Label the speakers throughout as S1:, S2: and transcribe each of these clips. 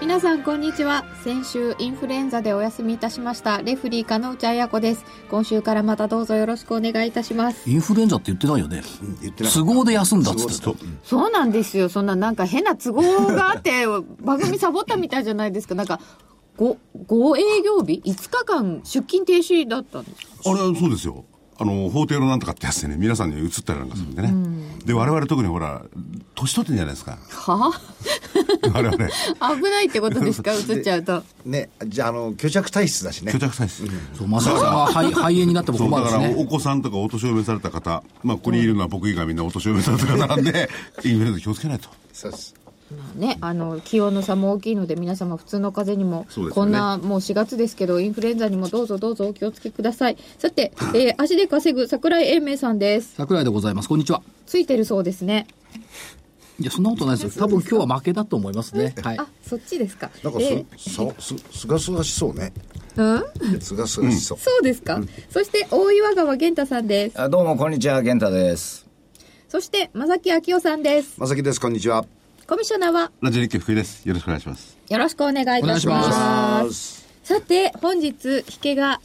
S1: 皆さんこんにちは先週インフルエンザでお休みいたしましたレフリー加納内彩子です今週からまたどうぞよろしくお願いいたします
S2: インフルエンザって言ってないよね
S3: うん言ってなかった
S2: 都合で休んだっつって
S3: 都合でうん
S1: そうなんですよそんななんか変な都合があって 番組サボったみたいじゃないですかなんか 5, 5営業日5日間出勤停止だったんです
S3: あれはそうですよ。あの、法廷のなんとかってやつでね、皆さんに映ったりなんかするんでね。で、我々特にほら、年取ってんじゃないです か。
S1: は
S3: 我々、
S1: あ危ないってこと ですか映っちゃうと
S4: ね、じゃあ、あの、虚弱体質だしね
S3: 虚。弱体質。
S2: そうまさかが肺肺炎になっても
S3: そう、
S2: 困
S3: だ
S2: るし
S3: からお
S2: ね
S3: 子さんとかお年を召された方、まあ、ここにいるのは僕以外みんなお年を召された方なん で、インフルエンザ気をつけないと。
S4: そうです。
S1: ね、あの気温の差も大きいので皆様普通の風邪にも、
S3: そうです
S1: こ
S3: よね
S1: んなもう4月ですけどインフルエンザにもどうぞどうぞお気をつけくださいさて、えー足で稼ぐ桜井英明さんです
S2: 桜井でございますこんにちは
S1: ついてるそうですね
S2: いやそんなことないですよ多分今日は負けだと思いますねはい
S1: あそっちですか
S4: なんか
S1: えー
S4: す、さ、す、すがすがしそうね。
S1: うん、
S4: すがすがしそう。
S1: そうですか、そして大岩川源太さんです
S5: あどうもこんにちは健太です
S1: そして正木昭夫さんです
S4: まさきです、こんにちは。
S1: コミッショナーは
S3: ラジオ日経福井です。よろしくお願いします。
S1: よろしくお願いいたします
S2: お願いし
S4: ます
S1: さて本日引けが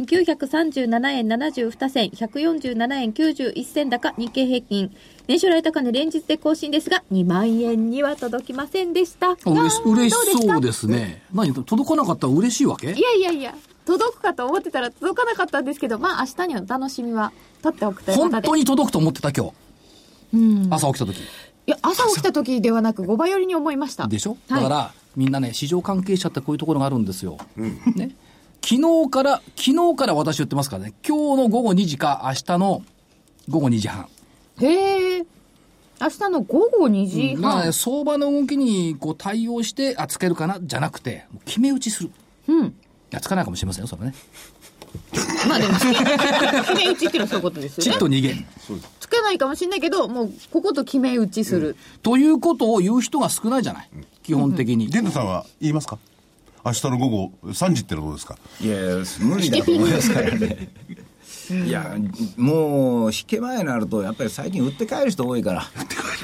S1: 19,937円72銭147円91銭高日経平均年初来高値連日で更新ですが2万円には届きませんでした
S2: あ嬉し
S1: どう
S2: 嬉しそう
S1: で
S2: ですすね何届かなかったら嬉しいわけ
S1: かいやいやいや届くかと思ってたら届かなかったんですけどまあ明日には楽しみは取っておくというこ
S2: 本
S1: とで
S2: 当に届くと思ってた今日朝起きた時
S1: いや朝起きた時ではなく5倍寄りに思いました
S2: でしょ、
S1: はい
S2: だからみんなね市場関係者ってこういうところがあるんですよ、ね、昨日から昨日から私言ってますからね今日の午後2時か明日の午後2時半
S1: へえ明日の午後2時
S2: だから
S1: 半
S2: ね相場の動きにこう対応してあつけるかなじゃなくてもう決め打ちする
S1: うん
S2: いやつかないかもしれませんよそれはね
S1: まあでも 決め打ちっていうのはそういうことですよ
S2: ち
S1: ね
S2: っと逃げ
S1: つけないかもしれないけど、もう、ここと決め打ちする。
S2: ということを言う人が少ないじゃない基本的に、
S3: 玄太さんは言いますか明日の午後3時ってのはどうですか
S5: いや無理だと思いますからねいやもう引け前になるとやっぱり最近売って帰る人多いから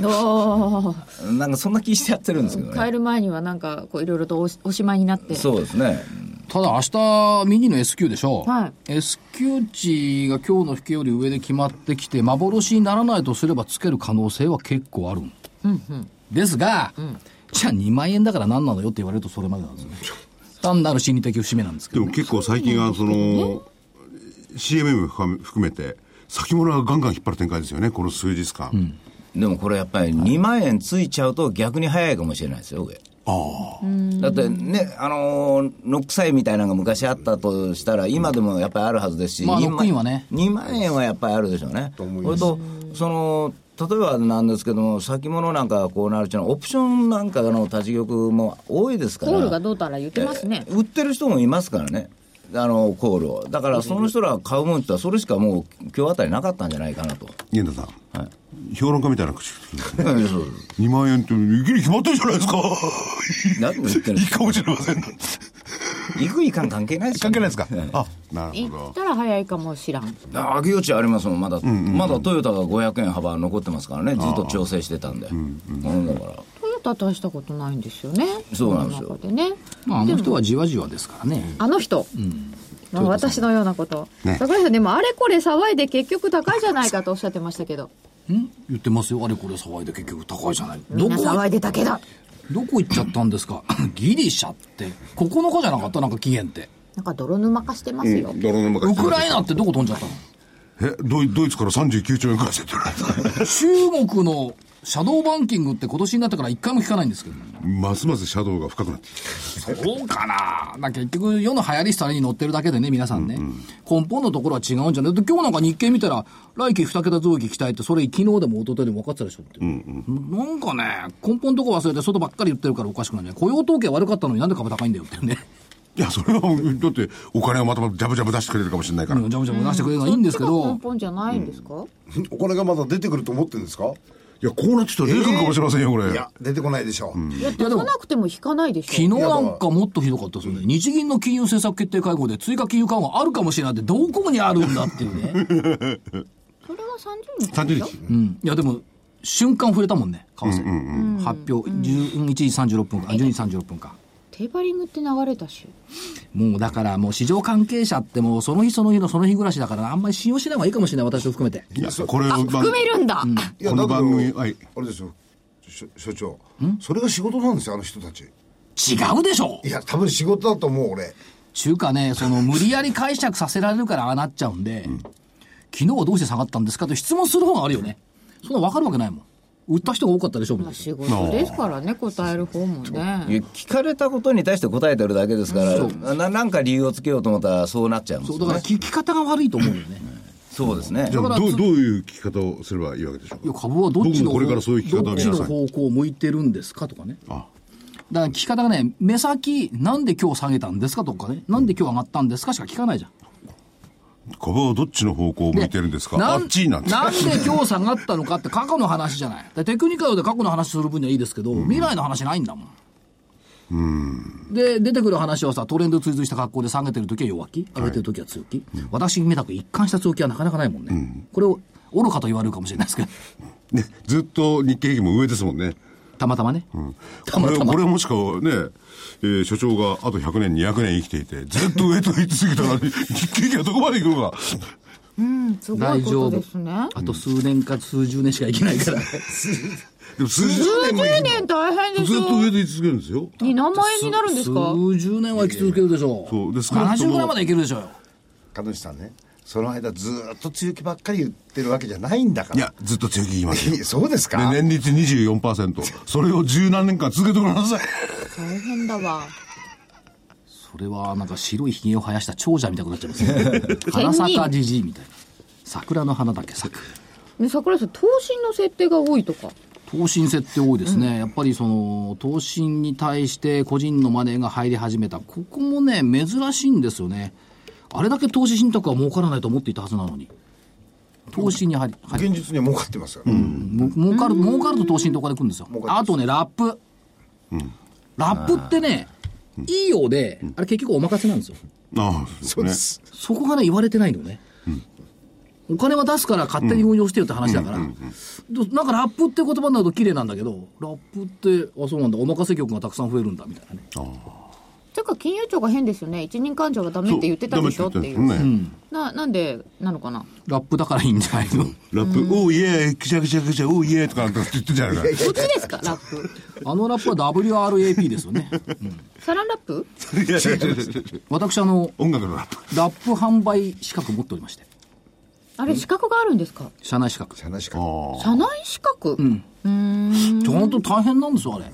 S1: お
S5: なんかそんな気してやってるんですけ ど
S1: 帰
S5: ね
S1: る前にはなんか、こう、いろいろとおしおしまいになって。
S5: そうですね
S2: ただ明日ミニの S q でしょ、
S1: はい
S2: S q 値が今日の引けより上で決まってきて幻にならないとすればつける可能性は結構ある、ですが、じゃあ2万円だから何なのよって言われるとそれまでなんですね単なる心理的節目なんですけ
S3: で
S2: ど、
S3: も
S2: ね、
S3: 結構最近はその CMM 含めて先物がガンガン引っ張る展開ですよねこの数日間、
S5: でもこれやっぱり2万円ついちゃうと逆に早いかもしれないですよ上だってね、あのー、ノック債みたいなのが昔あったとしたら、今でもやっぱりあるはずですし、
S2: まあ
S5: 2万
S2: ノックインはね
S5: 2万円はやっぱりあるでしょうね。それと、その、例えばなんですけども、先物なんかがこうなるっていうのは、オプションなんかの立ち玉も多いですから。
S1: コールがどうたら言ってますね
S5: えー 売ってる人もいますからね。あのコールをだからその人らが買うもんってのはそれしかもう今日あたりなかったんじゃないかなと
S3: 玄太さん、評論家みたいな口ですね
S5: そうそう
S3: 2万円っていきり決まってるじゃないですか
S5: 何言ってるんで
S3: いい
S5: すか
S3: かもしれません
S5: 行く行かん関係ないですよ
S3: 関係
S5: ね
S3: ないですかあなるほ
S1: 行っ
S3: ど
S1: たら早いかもしらん。
S5: 上げ余地ありますもん、まだ、まだトヨタが500円幅残ってますからね、ずっと調整してたんで、うんだから、
S1: トヨタ大したことないんですよね。
S5: そうなんですよ
S1: この中でね。
S2: まあ、あの人はじわじわですからね、
S1: あの人。まあ私のようなこと。
S3: ね
S1: 桜井さん、でもあれこれ騒いで結局高いじゃないかとおっしゃってましたけど。
S2: ん言ってますよあれこれ騒いで結局高いじゃない
S1: み
S2: ど
S1: んな
S2: こ
S1: 騒いでたけど。
S2: どこ行っちゃったんですか ギリシャって9日じゃなかったなんか期限って
S1: なんか泥沼化してますよ。
S3: 泥沼が
S2: ウクライナってどこ飛んじゃったの
S3: えドイドイツから39兆円返せって言われた
S2: 中国のシャドーバンキングって今年になってから一回も聞かないんですけど、
S3: ますますシャドウが深くなってき
S2: そうかなまあ結局世の流行り廃りに乗ってるだけでね皆さんね、根本のところは違うんじゃないで今日なんか日経見たら来期2桁増益期待ってそれ昨日でも一昨日でも分かってたでしょって、なんかね根本のところ忘れて外ばっかり言ってるからおかしくないね雇用統計悪かったのになんで株高いんだよっていうね
S3: いや、それは、だって、お金をまたまたジャブジャブ出してくれるかもしれないから。
S2: ジャブジャブ出してくれるのはいいんですけど、
S1: 根本じゃないんですか、
S4: お金がまだ出てくると思ってるんですか
S3: いや、こうなってきたら出てくるかもしれませんよ、これ。
S4: いや、出てこないでしょう。
S1: いや、
S2: や
S1: 出
S2: でも
S1: さなくても引かないでしょ。
S2: 昨日なんかもっとひどかったですよね。日銀の金融政策決定会合で追加金融緩和あるかもしれないってどこにあるんだっていう ね。
S1: それは30日。
S3: 30日。
S2: うん。いやでも、瞬間触れたもんね、為替。発表、11時36分か、あ12時36分か。
S1: テーパリングって流れたし。
S2: もうだからもう市場関係者ってもうその日その日のその日暮らしだからあんまり信用しない方がいいかもしれない、私を含めて。
S3: いや、これを、まあ
S1: 含めるんだ、
S4: いや
S3: この
S4: だけど
S3: 番組はい
S4: あれですよ所所長それが仕事なんですよあの人たち
S2: 違うでしょ
S4: いや多分仕事だと思う俺
S2: ちゅうかね、その無理やり解釈させられるからああなっちゃうんで、昨日はどうして下がったんですかと質問する方があるよね。そんな分かるわけないもん。売った人が多かったでしょ、みたいな。
S1: 仕事ですからね、答える方も
S5: いや
S1: ね。
S5: 聞かれたことに対して答えてるだけですから、ななんか理由をつけようと思ったら、そうなっちゃうんで
S2: そ
S5: す
S2: う、だ
S5: よ
S2: から
S5: ね。
S2: 聞き方が悪いと思うよね。
S5: そうですね
S3: じ。ゃ
S2: だ
S3: あ
S2: から
S3: ど
S2: つ
S3: う、どういう聞き方をすればいいわけでしょ
S2: いうや、
S3: か。
S2: 株はどっちの
S3: 僕もこれからそういう聞き方を
S2: どっち
S3: 皆
S2: の
S3: さんに
S2: 方向を向いてるんですかとかね。
S3: あ
S2: だから聞き方がね、目先、なんで今日下げたんですかとかね、なんで今日上がったんですかしか聞かないじゃん。
S3: 株はどっちの方向を向いてるんですかあっちなんです
S2: なんで今日下がったのかって過去の話じゃない。でテクニカルで過去の話する分にはいいですけど、未来の話ないんだもん。で、出てくる話はさ、トレンド追随した格好で下げてるときは弱気、上げてるときは強気。私みたく一貫した強気はなかなかないもんね。これを愚かと言われるかもしれないですけど、
S3: ね、ずっと日経平均も上ですもんね。
S2: たまたまね。たま
S3: こ
S2: た
S3: れこ
S2: ま。
S3: れもしかね、えー所長があと100年、200年生きていて、ずっと上と言い続けたのに、日経平均はどこまで行くのか。
S1: うん、すごいことですね。
S2: あと数年か数十年しかいけない から。
S3: でも数十年も
S1: 10
S3: 生き
S1: 年大変で
S3: ず
S1: し
S3: っと
S1: ょ
S3: 上。で言い続けるんですよ。
S1: に何万円になるんですか
S2: 数十年は生き続けるでしょう。
S3: そうで少なくと
S2: 70
S3: も
S2: ぐらいまでいけるでしょうよ。
S4: 彼女さんねその間ずーっと強気ばっかり言ってるわけじゃないんだから
S3: いや、ずっと強気言いますよ。
S4: いやそうですか
S3: で、年率24%。それを十何年間続けてごらんなさい。
S1: 大変だわ。
S2: それはなんか白いひげを生やした長者みたいになっちゃいます ね花坂じじいみたいな桜の花だけ咲く
S1: ね桜井さん、投信の設定が多いとか。
S2: 投信設定多いですね、やっぱりその投信に対して個人のマネーが入り始めたここもね珍しいんですよねあれだけ投資信託は儲からないと思っていたはずなのに投資に入り入り
S4: 現実には儲かってますよ、
S2: も儲かる儲かると投資のところで来るんですよ
S4: 儲かる
S2: あとねラップ、ラップってねいいようで、あれ結局お任せなんですよ
S3: ああ、
S4: そうです、
S2: そこがね、言われてないのね。お金は出すから勝手に運用してよって話だから、どなんかラップって言葉になると綺麗なんだけど、ラップって、あ、そうなんだ、お任せ局がたくさん増えるんだみたいなね。
S1: てか、金融庁が変ですよね。一人勘定がダメって言ってたでしょってい
S3: そうダメ
S1: う。
S3: って言ってたんですよね
S1: な、なんで、なのか な。
S2: ラップだからいいんじゃないの。
S3: ラップ、おーイエーイ、くしゃくしゃくしゃ、おーイエーイとかなんて言ってんじゃないか。
S1: そっちですか、ラップ。
S2: あのラップは WRAP ですよ ね。うん
S1: サランラップ
S3: いやいやいやいや
S2: 私、あの、
S3: 音楽のラップ。
S2: ラップ販売資格持っておりまして、
S1: あれ、資格があるんですか
S2: 社内資格。ち
S4: 話しか
S1: 社内資格
S2: ゃんと大変なんですよ、あれ。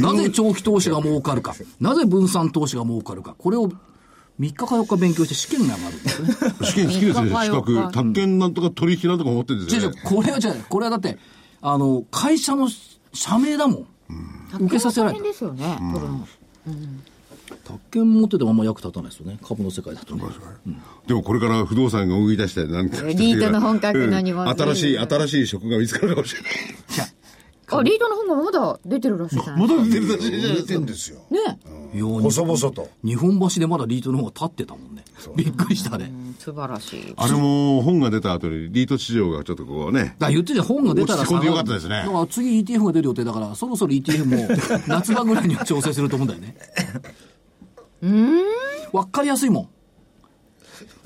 S2: なぜ長期投資が儲かるか、なぜ分散投資が儲かるか、これを3日か4日勉強して試験が上がるんですね。
S3: 試験好きですね、資
S1: うん
S3: 格。宅建なんとか取引なんとか持ってるんです
S2: 違う違
S3: よ
S2: う
S3: ね。、
S2: これは違う。これはだって、あの、会社の社名だもん。受けさせられ
S1: 大
S2: た
S1: 変。ですよね、多分。
S2: 宅建持っててもあんま役立たないですよね。株の世界だとね。
S3: でもこれから不動産が売り出して、なんか。
S1: エリートの本格の
S3: うん
S1: 日本人
S3: 新しい、新しい職が見つかるかもしれない。
S1: あ、リードの本がまだ出てるらしいじゃない
S3: まだ出てるらしいじゃない
S4: 売
S3: で
S4: れ
S3: すか
S4: てんですよ
S1: ね
S2: ように
S4: 細々と
S2: 日本橋でまだリートの方が立ってたもんね。びっくりしたね。
S1: 素晴らしい。
S3: あれも本が出た後にリート市場がちょっとこうね、
S2: だから言ってたよ本が出たら
S3: 落ち込んでよかったですね
S2: だから次 ETF が出る予定だから、そろそろ ETF も夏場ぐらいには調整すると思うんだよね。うん。わかりやすいもん。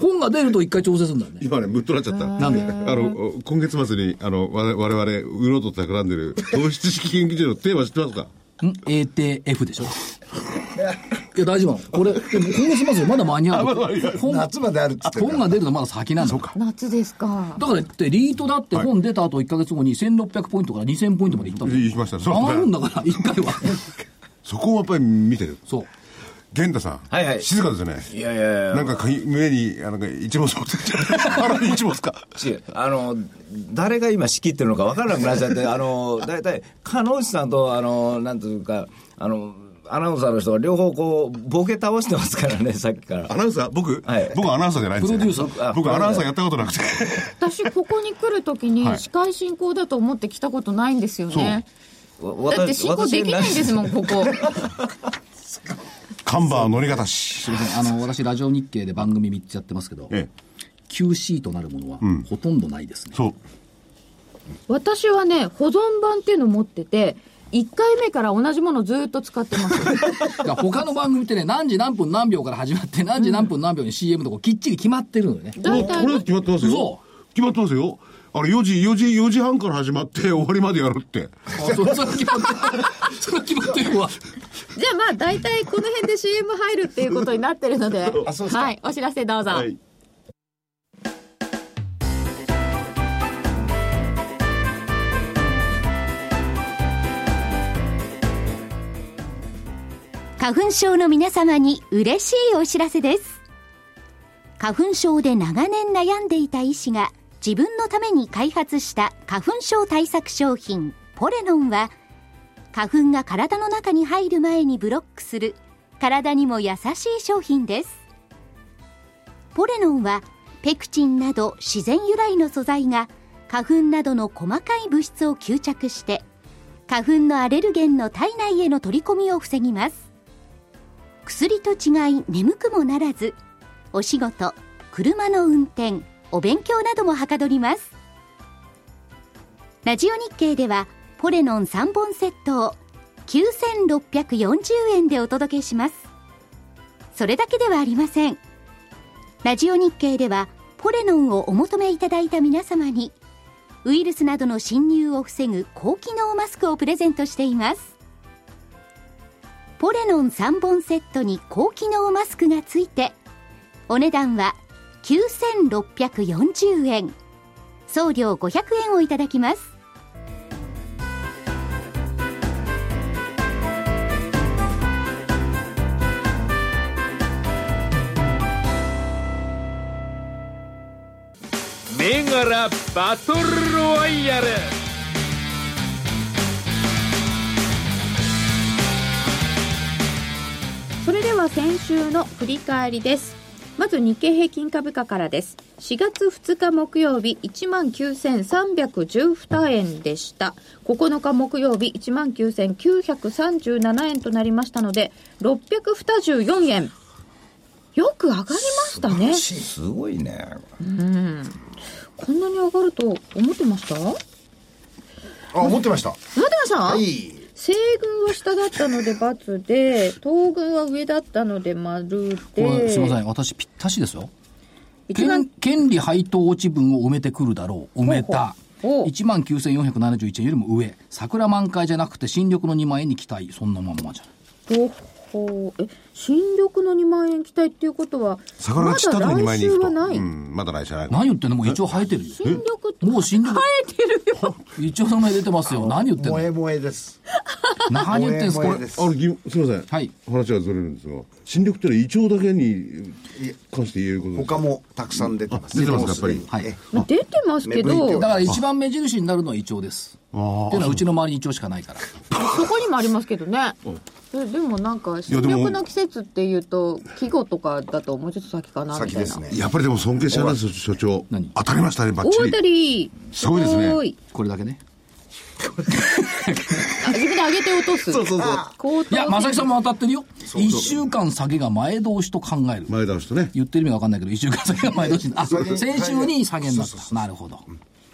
S2: 本が出ると一回調整するんだよね。
S3: 今ね、むっとなっちゃった。
S2: なんで
S3: あの、今月末に、あの、我々、我々、うろうと企んでる、投資知識研究所のテーマ知ってますか
S2: ん ?ATF でしょいや、大丈夫なの。これ、でも今月末よまだ間に合う。本
S4: 夏まであるっつ
S2: あ
S4: ってるか
S2: 本が出るのまだ先なんだ。
S1: 夏ですか。
S2: だからって、リートだって本出た後1ヶ月後に1600ポイントから2000ポイントまでいったもん。
S3: 行きましたそう
S2: 上がるんだから、1回は。
S3: そこをやっぱり見てる。
S2: そう。
S3: 玄太さん。
S5: はいはい
S3: 静かですね。
S5: いやいやいや
S3: なんかかい、胸に、あの、なんか一物持ってきちゃう。 あら、一物か。
S5: 違うあの誰が今仕切ってる のか分からなくなっちゃってあの大体彼女さんとあのなんというかあのアナウンサーの人が両方こう、ボケ倒してますから ね、さっきから
S3: ア。ナウンサー僕、
S5: はい
S3: 僕アナウンサーじゃないんですよ、
S2: プロデュー
S5: サー
S3: 僕
S5: あ
S3: アナウンサーやったことなくて。
S1: 私ここに来るときに司会進行だと思って来たことないんですよね、
S5: わ
S1: だって進行できないんですもん。ここ
S3: カンバー乗り方し
S2: す。みませんあの私ラジオ日経で番組3つやってますけど、
S3: ええ
S2: QC となるものは、ほとんどないですね
S3: そう。
S1: 私はね保存版っていうの持ってて1回目から同じものずっと使ってます
S2: だから他の番組ってね何時何分何秒から始まって何時何分何秒に CM とかきっちり決まってるのよね
S1: 大
S3: これ
S1: 体
S3: 決まってますよ
S2: 嘘。
S3: 決まってますよ。あの、4時、4時、4時半から始まって終わりまでやるって。
S2: あそれそれ決まってそれ決まってるわ
S1: じゃあまあ大体この辺で CM 入るっていうことになってるのではいお知らせどうぞ、
S3: はい。
S6: 花粉症の皆様に嬉しいお知らせです。花粉症で長年悩んでいた医師が自分のために開発した花粉症対策商品ポレノンは花粉が体の中に入る前にブロックする体にも優しい商品です。ポレノンはペクチンなど自然由来の素材が花粉などの細かい物質を吸着して花粉のアレルゲンの体内への取り込みを防ぎます。薬と違い眠くもならずお仕事車の運転お勉強などもはかどりますラジオ日経ではポレノン3本セットを9640円でお届けしますそれだけではありませんラジオ日経ではポレノンをお求めいただいた皆様にウイルスなどの侵入を防ぐ高機能マスクをプレゼントしていますポレノン3本セットに高機能マスクがついてお値段は9640円送料500円をいただきます
S7: 銘柄バトルロワイヤル
S8: それでは先週の振り返りです。まず日経平均株価からです。4月2日木曜日19,312円でした。9日木曜日19,937円となりましたので、624円。よく上がりましたね。
S5: すごいね。
S8: こんなに上がると思ってました思って
S4: あ、思ってました。
S8: ました
S4: はい。
S8: 西軍は下だったので×で、東軍は上だったので丸
S2: これ
S8: で、
S2: すいません私ぴったしですよ
S8: 一
S2: 権
S8: 番
S2: 権利配当落ち分を埋めてくるだろう埋めた
S8: ほうほうおう
S2: 1万9471円よりも上桜満開じゃなくて新緑の2万円に期待そんなまんまじゃない
S8: どこえ新緑の2万円期待っていうことは
S3: 桜が散った時に前に行く
S8: ま
S3: と。
S8: だ来週はない、
S3: うん、まだ来週はない。
S2: 何言ってんのもう一応生えてるよ
S8: 新緑って
S2: もう新緑生えてるよ一応名前出てますよ何言ってん
S4: 萌
S2: の
S4: え萌えです。
S2: 何言ってんすか
S4: 萌
S2: これ
S4: え萌えです
S3: あの、ぎすみません。
S2: はい
S3: 話はずれるんですが、新緑ってのは胃腸だけに関して言えることですか
S4: 他もたくさん出てます。
S3: 出てますやっぱり
S2: はい
S4: え
S8: まあ 出てますけ
S4: 芽吹いて
S8: ど
S2: だから一番目印になるのはイチョウですっていうのはうちの周りにイチョウしかないから
S1: そこにもありますけどねえでもなんか新
S3: やでも
S1: 緑の季節っていうと季語とかだともうちょっと先かなみたいな
S4: 先ですね。
S3: やっぱりでも尊敬しちゃいますよ、所長。当たりましたね、バッチ
S8: 大
S3: リ
S8: 当。たり
S3: すごいですね
S8: ごい
S2: これだけね
S1: あ自分で上げて落とすそうそうそう高
S2: いや正木さんも当たってるよ
S3: う
S2: 1週間先が前倒しと考える
S3: 前倒しとね。
S2: 言ってる意味が分かんないけど1週間先が前倒しにあ
S4: げ
S2: 先週に下げになったなるほど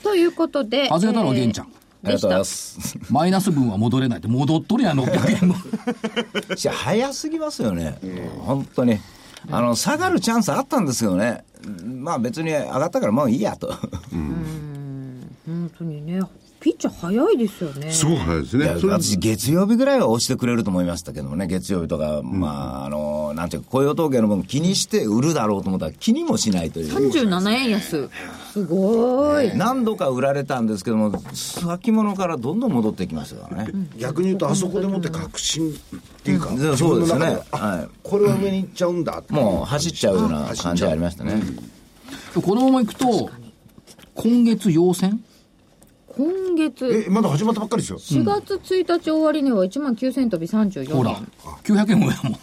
S8: ということで
S2: 外れたのは
S8: えー
S2: 玄ちゃん
S5: ありがとうございます。
S2: マイナス分は戻れないって戻っとるやん600円も
S5: し早すぎますよね、本当に。あの下がるチャンスあったんですけどね、まあ別に上がったから、まあいいやと、
S8: 本当にねピッチャー早いですよね
S3: すごく早いです
S5: い
S3: ね
S5: や。
S3: それ
S5: 私、月曜日ぐらいは押してくれると思いましたけどもね、月曜日とか、まあ、あのなんていうか、雇用統計の分、気にして売るだろうと思ったら、気にもしないという、
S1: 37円安
S8: すごい
S5: 何度か売られたんですけども、先物からどんどん戻ってきましたからね。
S4: 逆に言うと、あそこでもって確信っていうか、
S5: うん
S4: 自分の中
S5: そうです
S4: で
S5: ねは
S4: あ
S5: い
S4: これは上に行っちゃうんだって。
S5: もう走っちゃうような感じがありましたね。
S2: このままいくと今月陽線
S1: 今月
S4: え、まだ始まったばっかりですよ。
S1: 4月1日終わりには1万9000飛び34円
S2: ほら900円もやもん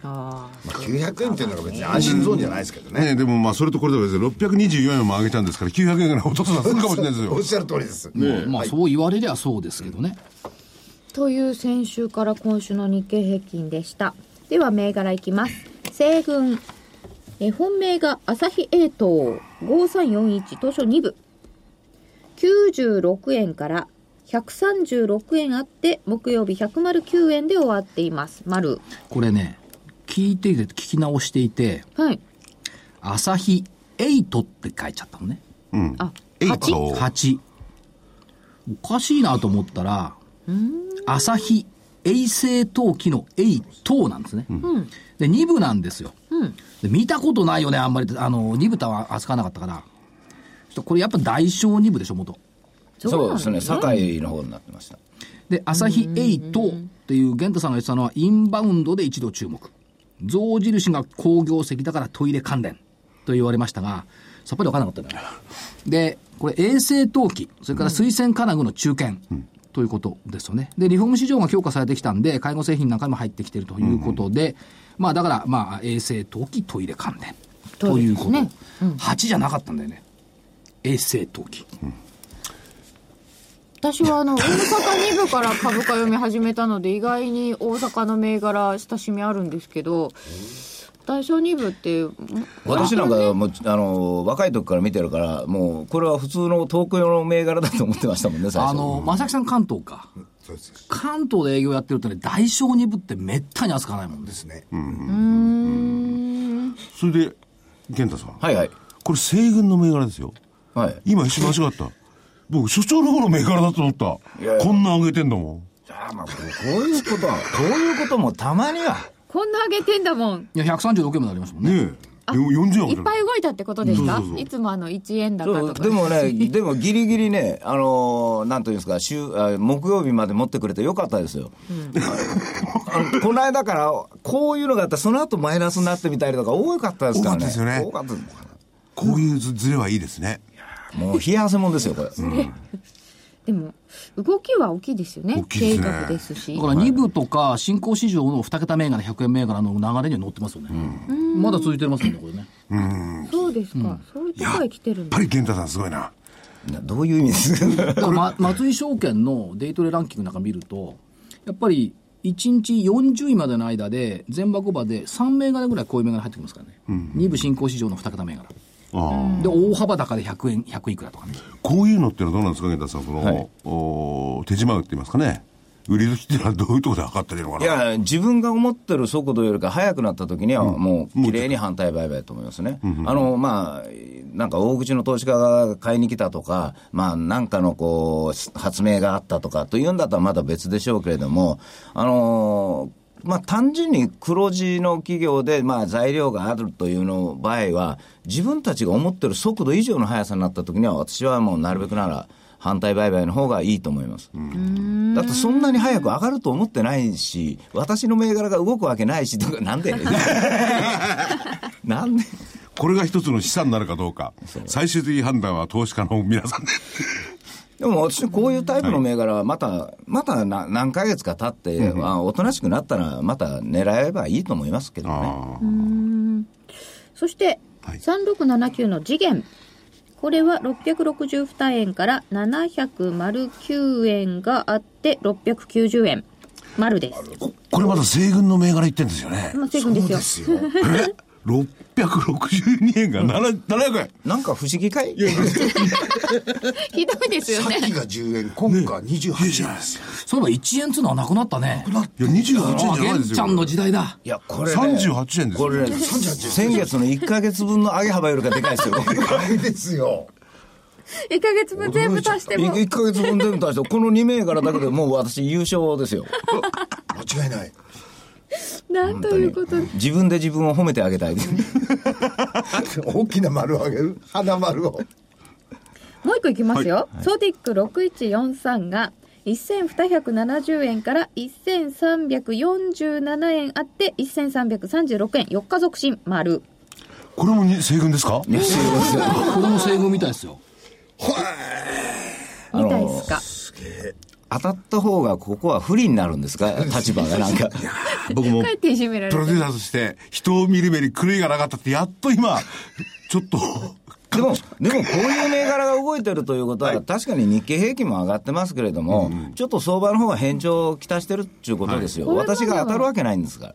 S1: ああ
S4: まあ、900円っていうのが別に安心ゾーンじゃないですけどね。
S3: ね、でもまあそれとこれでは別に624円も上げたんですから900円ぐらい落とすのはするかもしれないですよ
S4: おっしゃる通りです。
S2: まあそう言われりゃそうですけどね、
S1: という先週から今週の日経平均でしたでは銘柄いきます西軍え本命が朝日エイト5341東証2部96円から136円あって木曜日109円で終わっています丸
S2: これね聞いていて聞き直していて
S1: はい
S2: 「朝日8」って書いちゃったのね
S1: あ
S3: えっと
S2: 8おかしいなと思ったら朝日衛星陶器の8なんですね、で2部なんですよ、で見たことないよねあんまりあの2部とは扱わなかったからちょっとこれやっぱ大小2部でしょ元
S5: そうですね堺の方になってました
S2: で朝日8っていう玄太さんが言ってたのはインバウンドで一度注目象印が工業石だからトイレ関連と言われましたがさっぱり分からなかったんだよでこれ衛星陶器それから水洗金具の中堅、ということですよねでリフォーム市場が強化されてきたんで介護製品なんかにも入ってきてるということで、まあだからまあ衛星陶器トイレ関連ということ、8じゃなかったんだよね衛星陶器、
S1: 私はあの大阪2部から株価読み始めたので意外に大阪の銘柄親しみあるんですけど大小2部って
S5: 私なんかもうあの若い時から見てるからもうこれは普通の東京の銘柄だと思ってましたもんね最初
S2: あの正木さん関東か
S4: そうです。
S2: 関東で営業やってるとね、大小二部ってめったに扱わないもんです。
S4: ね。
S3: それで健太さん、
S5: はいはい
S3: これ西軍の銘柄ですよ
S5: はい
S3: 今一瞬間違った僕所長の方の銘柄だと思ったこんな上げてんだもん
S5: じゃあまあこうこういうことはこういうこともたまには
S1: こんな上げてんだもん
S2: いや、136円もなりましたもんね。
S3: ねえよ40円上
S1: い
S3: げ
S1: ってぱい動いたってことですか、
S3: うんそうそうそう
S1: いつもあの1円高
S5: そう
S1: とか
S5: でもね、でもギリギリね、あのーなんというんですか、週あ木曜日まで持ってくれてよかったですよ。あのこの間から、こういうのがあったら、その後マイナスになってみたりとか、多かったですから
S3: 多かった
S5: ね。
S3: ですよね
S5: 多かった
S3: こういうずずれはいいですね
S5: もう冷や汗もんですよ、これ。
S1: でも動きは大きいですよね
S3: 大きいですね
S1: 計画ですし
S2: だから2部とか、新興市場の2桁銘柄、100円銘柄の流れには乗ってますよね。まだ続いてますよね、これね。
S1: そうですか、そういうとこへ来てるん
S3: やっ
S1: だ
S3: ぱり健太さんすごいな
S5: などういう意味ですか
S2: だから、ま、松井証券のデイトレランキングなんか見ると、やっぱり、1日40位までの間で、全場5場で3銘柄ぐらいこういう銘柄入ってきますからね。2部新興市場の2桁銘柄。
S3: ああ
S2: で、大幅高で100円、100いくらとかね。
S3: こういうのってのはどうなんですか健太さんその、お手締まうって言いますかね売り時ってのはどういうところで測ってるのか
S5: い
S3: な
S5: や、自分が思ってる速度よりか早くなった時には、もう綺麗に反対売買だと思いますね。あの、まあ、なんか大口の投資家が買いに来たとか、まあ、なんかのこう、発明があったとかというんだったらまだ別でしょうけれども、あのまあ、単純に黒字の企業で、まあ、材料があるというの場合は、自分たちが思ってる速度以上の速さになった時には、私はもうなるべくなら反対売買の方がいいと思います。だってそんなに早く上がると思ってないし、私の銘柄が動くわけないし、とか、なんで なんで
S3: これが一つの資産になるかどうか最終的判断は投資家の皆さんで
S5: でも私、こういうタイプの銘柄はまた、またな何ヶ月か経って、まあおとなしくなったら、また狙えばいいと思いますけどね。
S3: ああ
S1: そして、
S3: はい
S1: 3679の次元これは662円から709円があって690円丸です
S3: ここれまだ西軍の銘柄言ってんですよね
S1: まあ水分ですよ
S4: です よ。
S3: え662円が7 700円
S5: なんか不思議かい
S1: ひどいですよ
S4: さっ
S1: ね
S4: きが10円、今回28円です。
S2: そういえば1円っつうのはなくなったね。
S3: いや28円じ
S2: ああ、
S3: ゃない
S2: 玄
S3: です
S2: ちゃ
S3: よ
S2: んの時代だ。
S5: いや、これ、ね、
S3: 38円ですよ
S5: これ、 ね、先月の1ヶ月分の上げ幅よりかでかいですよ。
S4: あれですよ。
S1: 1ヶ月分 全部足しても
S5: 1ヶ月分全部足して、この2銘柄だけでもう私優勝ですよ。
S4: 間違いない。
S1: なん ということで
S5: 自分で自分を褒めて あげたい。
S4: 大きな丸をあげる。花丸を。
S1: もう一個いきますよ。ソディック6143が1270円から1347円あって1336円4日続進丸
S3: これもに西軍ですか
S2: これも西軍みたいですよ。
S5: あの当たった方がここは不利になるんですか立場がなんか。
S3: 僕も
S1: 帰っていじめられ
S3: プ
S1: る
S3: ロデューサーとして人を見る目に狂いがなかったってやっと今ちょっと
S5: でも、でもこういう銘柄が動いてるということは、確かに日経平均も上がってますけれども、ちょっと相場の方が変調をきたしてるっていうことですよ、
S1: はい
S5: 私が当たるわけないんですから。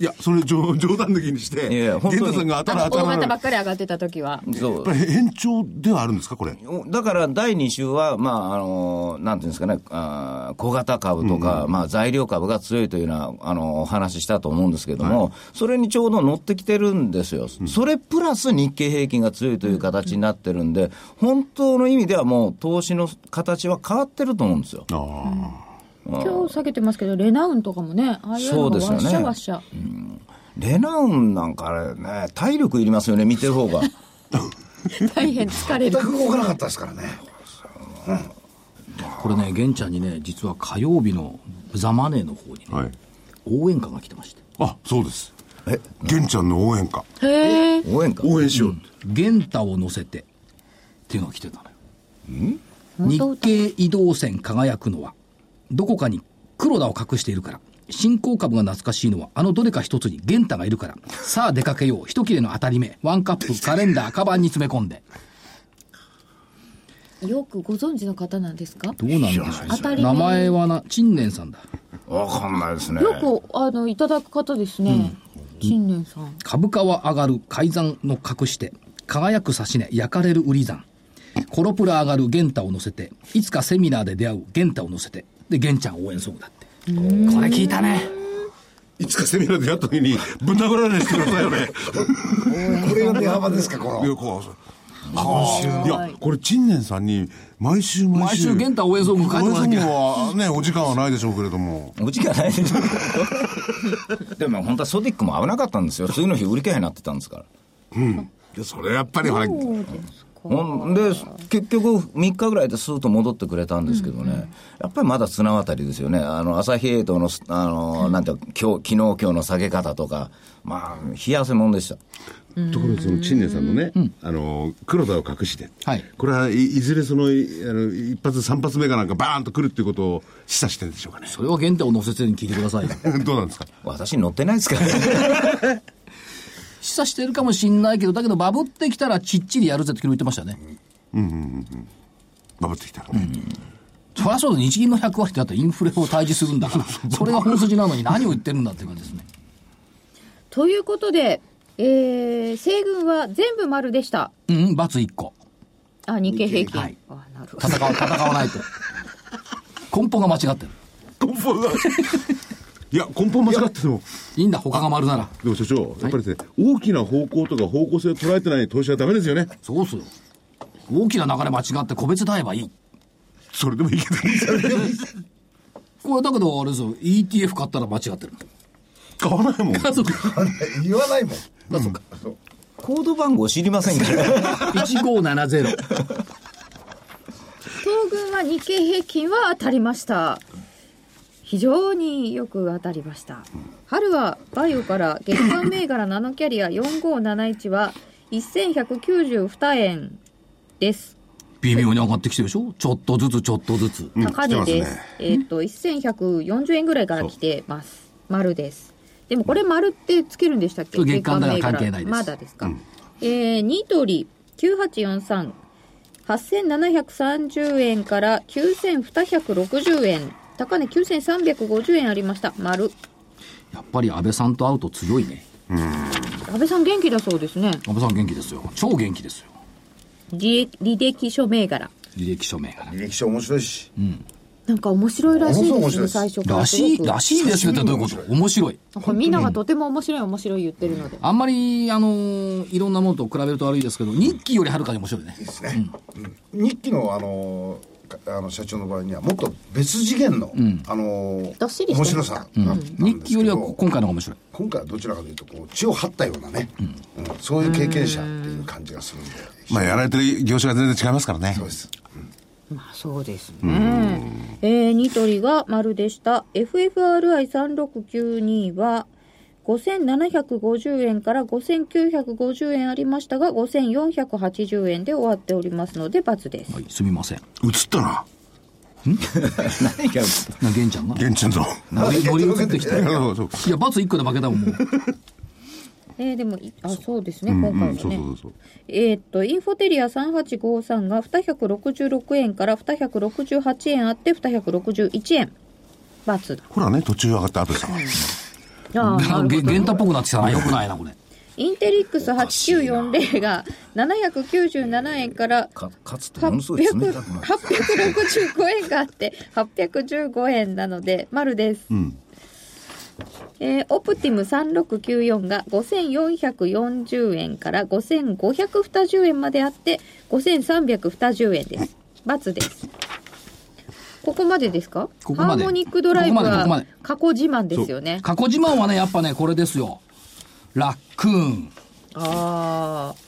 S3: いやそれ冗冗談抜きにし
S5: いやい
S3: て
S5: や本当に
S3: 源太さんが当た
S1: あ
S3: ら
S1: の
S3: 当
S1: 大型ば
S3: たらない
S1: っかり上がってた時は
S5: そう
S3: やっぱり延長ではあるんですかこれ
S5: おだから第2週は、まああの、なんていうんですかね、あー小型株とか、まあ、材料株が強いというようなあのお話ししたと思うんですけども、それにちょうど乗ってきてるんですよ、それプラス日経平均が強いという形になってるんで、本当の意味ではもう投資の形は変わってると思うんですよ。
S3: あ
S1: 今日下げてますけどレナウンとかもねああいうのが
S5: そう
S1: わっ
S5: です
S1: し
S5: よ
S1: ゃ
S5: ね
S1: わっしゃ、
S5: レナウンなんかあれね、体力いりますよね、見てる 方が。
S1: 大変疲れる
S4: 全く動かなかったですからね
S2: これね玄ちゃんにね実は火曜日の「ザ・マネー」の方にね、
S3: あはい
S2: 応援歌が来てまして
S3: あそうですえ源ちゃんの応援歌
S1: へえ
S5: 応援か。
S3: 応援しよう
S2: 「玄太を乗せて」っていうのが来てたのよ日経移動線輝くのはどこかに黒田を隠しているから新興株が懐かしいのはあのどれか一つに玄太がいるからさあ出かけよう一切れの当たり目ワンカップカレンダーカバンに詰め込んで
S1: よくご存知の方なんですか
S2: どうなんでしょ
S1: 当た
S2: う
S1: り目
S2: 名前はな陳年さんだ
S5: わかんないですね。
S1: よくあのいただく方ですね、新年さん
S2: 株価は上がる改ざんの隠して輝く指し値焼かれる売り算コロプラ上がる玄太を乗せていつかセミナーで出会う玄太を乗せてで玄ちゃん応援ソングだってこれ聞いたね
S3: いつかセミナーでやった時にぶん殴られないでくださいよ ね
S4: これが出幅ですかこの
S3: いやこうはあいやこれ陳年さんに毎週毎週
S2: 毎週玄太応援ソング書いてもらわなきゃ
S3: 応援ソングはねお時間はないでしょうけれども
S5: うちがないでしょ。でも本当はソディックも危なかったんですよ。次の日売り切れになってたんですから。
S3: いやそれやっぱりほら
S5: ほんで、結局3日ぐらいでスーッと戻ってくれたんですけどね、やっぱりまだ綱渡りですよね。あの、朝日エイトのす、あの、なんていうか今日、昨日今日の下げ方とか、まあ、冷や汗もんでした。
S3: ところでその陳年さんのね、あの黒田を隠して、
S2: はい
S3: これはい、いずれそのいあの一発三発目がなんかバーンと来るっていうことを示唆してるんでしょうか ね
S2: それは玄太を乗せてに聞いてくださいよ
S3: どうなんですか
S5: 私に乗ってないですからね。
S2: 示唆してるかもしんないけどだけどバブってきたらきっちりやるぜって昨日言ってましたよね、
S3: バブってきたらね、
S2: そりゃそうだ日銀の100割ってだってインフレを対峙するんだからそれが本筋なのに何を言ってるんだっていう感じですね
S1: ということで、えー、西軍は全部丸でした
S2: うんうん罰1個
S1: あ日経平均、
S2: はい
S1: あなるほど
S2: 戦わ戦わないと根本が間違ってる
S3: 根本が いや根本間違ってても
S2: いいんだ他が丸なら
S3: でも所長やっぱりですね、大きな方向とか方向性を捉えてない投資はダメですよね
S2: そうっすよ。大きな流れ間違って個別で会えばいい。
S3: それでもいけないじゃないですか
S2: これだけどあれですよ、ETF 買ったら間違ってる。
S3: 買わないもん
S2: 家族。
S4: 言わないもん
S5: コード番号知りませんから。
S2: 1570。
S1: 東軍は日経平均は当たりました非常によく当たりました春はバイオから月間銘柄ナノキャリア4571は1192円です
S2: 微妙に上がってきてるでしょちょっとずつちょっとずつ。
S3: うん
S1: 高値です,、
S3: 来てますね
S1: えっ、と1140円ぐらいから来てます丸ですでもこれ丸ってつけるんでしたっけ
S2: そう月間銘柄関係ないです
S1: まだですか、えー、ニトリ9843 8730円から9260円高値9350円ありました丸
S2: やっぱり安倍さんと会うと強いね。
S1: 安倍さん元気だそうですね
S2: 安倍さん元気ですよ。超元気ですよ。
S1: 履履歴書銘柄
S2: 履歴書銘柄。
S4: 履歴書面白いし
S1: なんか面白いらしい
S4: もの
S1: ですすね
S4: ごい面白
S1: 最
S4: い
S1: 初から
S2: ら
S1: す
S2: しい、
S1: ごく
S2: らしいですねってどういうこと面白い。
S1: なんかみんながとても面白い面白い言ってるので
S2: あんまり、あのーいろんなものと比べると悪いですけど、日記よりはるかに面白いね。
S4: ですね、日記のあのかあの社長の場合にはもっと別次元の、あの
S1: どっしりして
S4: 面
S1: ました
S4: 白さなんですけど、
S2: 日記よりは今回の方が面白い。
S4: 今回はどちらかというとこう血を張ったようなね、うんそういう経験者っていう感じがするんで
S3: まあやられてる業種が全然違いますからね
S4: そうです
S1: まあそうですね。えー、ニトリが丸でした。FFRI3692 は、5750円から5950円ありましたが、5480円で終わっておりますので、×です。
S2: はい、すみません。
S3: 映ったな
S5: 何が
S2: な玄ちゃんが
S3: 現 地の。
S2: 乗り乗り移ってきた
S3: いや
S2: よ
S3: そうそう
S2: いや罰1個で負けたもんもう
S1: えーでもいあそうですね
S3: う
S1: 今回はね、
S3: んうん、そうそうそう。
S1: えーっとインフォテリア3853が266円から268円あって261円バツだ
S3: ほらね、途中上がった後さ。
S1: あーなるほど
S2: げ玄太っぽくなってきたなよくないなこれ
S1: インテリックス8940が797円から
S5: かかつてものすごい冷
S1: 800
S5: たくなる
S1: 865円があって815円なので丸です、
S3: ん
S1: えーオプティム3694が5440円から5520円まであって5320円です×ですここまでですか
S2: ここまで
S1: ハーモニックドライブ
S2: ここまでここま
S1: は
S2: で
S1: 過去自慢ですよね
S2: 過去自慢はねやっぱねこれですよラックーン
S1: ああ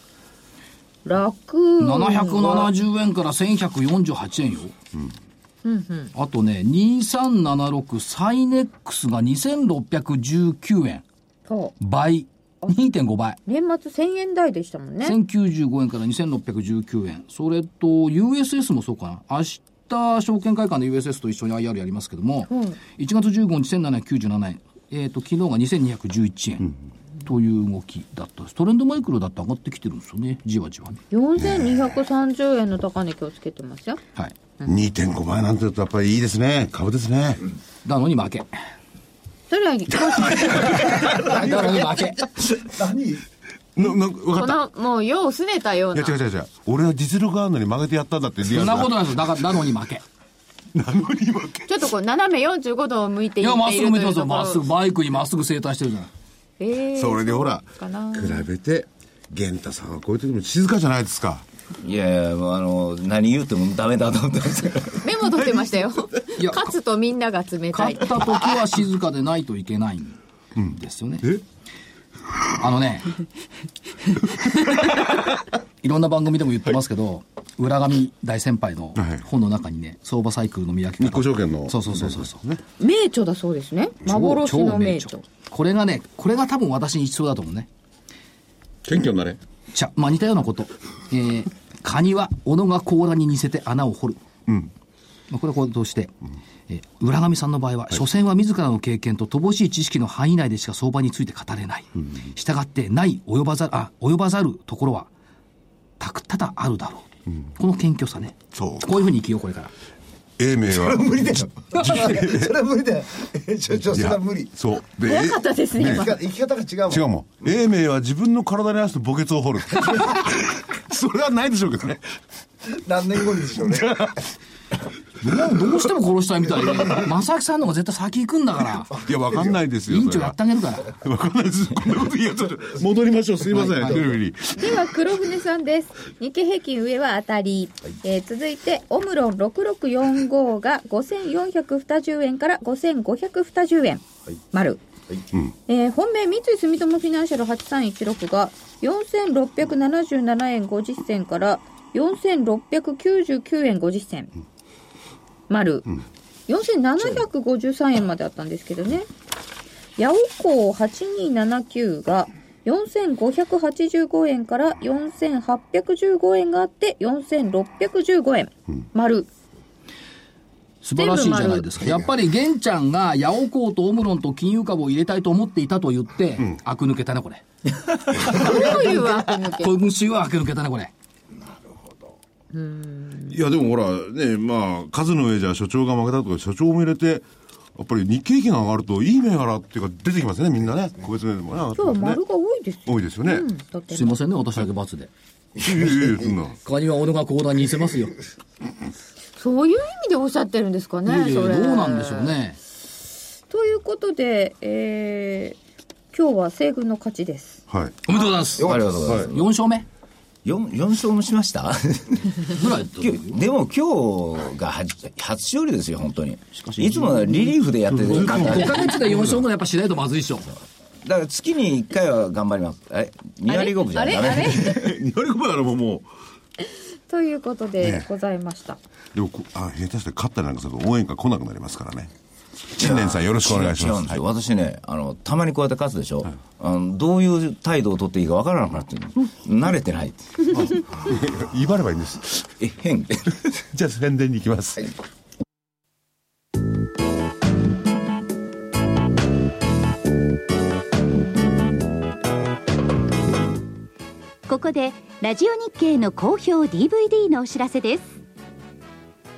S1: 楽
S2: 770円から1148円よ、あとね2376サイネックスが2619円
S1: そう
S2: 倍2.5倍
S1: 年末1000円台でしたもんね
S2: 1095円から2619円それと USS もそうかな明日証券会館で USS と一緒に IR やりますけども、1月15日1797円、えー、と昨日が2211円という動きだったですトレンドマイクロだって上がってきてるんですよねじわじわね
S1: 4230円の高値気をつけてますよ
S2: はい
S3: 2.5倍なんて言うとやっぱりいいですね。株ですね。
S2: なのに 負け
S1: それは
S2: なのに負け
S4: 何
S3: な、な、分か
S1: こ
S3: った。
S1: のもう世をすねたよう
S3: い
S1: な
S3: や違う違う違う。俺は実力があるのに負けてやったんだって理
S2: そ
S3: 由
S2: ん
S3: だ。
S2: なことないですよだからなのに負け
S1: ちょっとこう斜め45度を向いて
S2: い
S1: い
S2: やまっすぐ見てますよ
S1: ま
S2: まっすぐバイクにまっすぐ整体してるじゃない
S1: えー
S3: それでほら、
S1: かな
S3: 比べて、玄太さんはこういう時も静かじゃないですか。
S5: いやいやもうあの何言うてもダメだと思ってますから
S1: メモ取ってましたよ
S2: いや
S1: 勝つとみんなが冷た
S2: 買
S1: い
S2: った時は静かでないといけないんですよね、
S3: え
S2: あのねいろんな番組でも言ってますけど、浦上大先輩の
S3: はい
S2: 本の中にね相場サイクルの見分け方
S3: 日光証券の
S2: そうそうそうそうそう、
S1: 名著だそうですね幻の名著
S2: これがねこれが多分私に必要だと思うね
S3: 謙虚になれ。
S2: じゃまあ似たようなこと、えー、カニは斧が甲羅に似せて穴を掘る、まあ、これはこうとして、えー浦上さんの場合は、所詮は自らの経験と乏しい知識の範囲内でしか相場について語れない、したがってない及ばざるあ及ばざるところはたくただあるだろう、この謙虚さね
S3: そう
S2: こういうふうに生きようこれから
S3: 英明は。
S4: 無理で しょそれは無理だよ えちょちょそれは無理
S3: そう。で
S1: 早かったですね
S4: 生
S1: 今
S4: き方生き方が違うもん
S3: 違うもん。英明は自分の体に合わせて墓穴を掘る。 それはないでしょうけどね。
S4: 何年後にでしょうね
S2: もうどうしても殺したいみ たいで正明さんの方が絶対先行くんだから
S3: いや、わかんないです
S2: 委
S3: よ。
S2: 員
S3: そ
S2: 長
S3: れ
S2: や
S3: は
S2: ってあげるから
S3: わかんないです。こんなこと言いやちょっと戻りましょう。すいません。テレビに。
S1: では黒船さんです日経平均上は当たり、えー続いてオムロン6645が5420円から5520円、丸、えー本命三井住友フィナンシャル8316が4677円50銭から4699円50銭、丸、4753円まであったんですけどね、ヤオコー8279が4585円から4815円があって4615円、丸
S2: 素晴らしいじゃないですか。やっぱり玄ちゃんが、ヤオコーとオムロンと金融株を入れたいと思っていたと言って、あく抜けたね、これ。
S1: という わけ抜け
S2: 今週はあく抜けたね、これ。
S3: いや、でもほら、ね、まあ、数の上じゃ所長が負けたとか、所長も入れて、やっぱり日経平均が上がると、いい銘柄っていうか出てきますね、みんなね。個別銘柄もね。上がって
S1: 今日
S3: ま
S1: は
S3: す
S1: 丸
S3: ね
S1: が多いですよ、
S3: 多いですよね。
S1: うん、とて
S2: すい
S1: も
S2: ませんね、私だけ罰で。
S3: いやいやいや、そんな。
S2: カニは斧が講談に似せますよ。
S1: そういう意味でおっしゃってるんですか
S2: いや
S1: ね
S2: いや
S1: そ
S2: ど
S1: れ
S2: うなんでしょうね。
S1: ということで、えー今日は西軍の勝ちです
S3: はい。
S2: おめでとうございます。
S5: ありがとうございます、
S2: 4勝目
S5: 四四勝もしました
S2: ぐらいと
S5: きゅでも今日が初初勝利ですよ本当にいつもはリリーフでやってる
S3: ずっと
S5: だ
S2: 5ヶ月で4勝ぐらいやっぱしないとまずいっしょ。
S5: から月に1回は頑張りますあれ2割5分じゃ
S1: あれ
S5: ダメ
S1: あれ
S3: 2割5分ならもう、も
S1: ということ
S3: ね
S1: でございました、
S3: う、でもこ、あ、下手して勝ったりなんかすると応援歌来なくなりますからね。新年さんよろしくお願いし
S5: 違う
S3: ま。
S5: んですすよ、私ねあのたまにこうやって勝つでしょ、あのどういう態度を取っていいかわからなくなってる慣れてない
S3: 威張ればいいんです。
S5: え変
S3: じゃあ宣伝に行きます。
S6: ここでラジオ日経の好評 DVD のお知らせです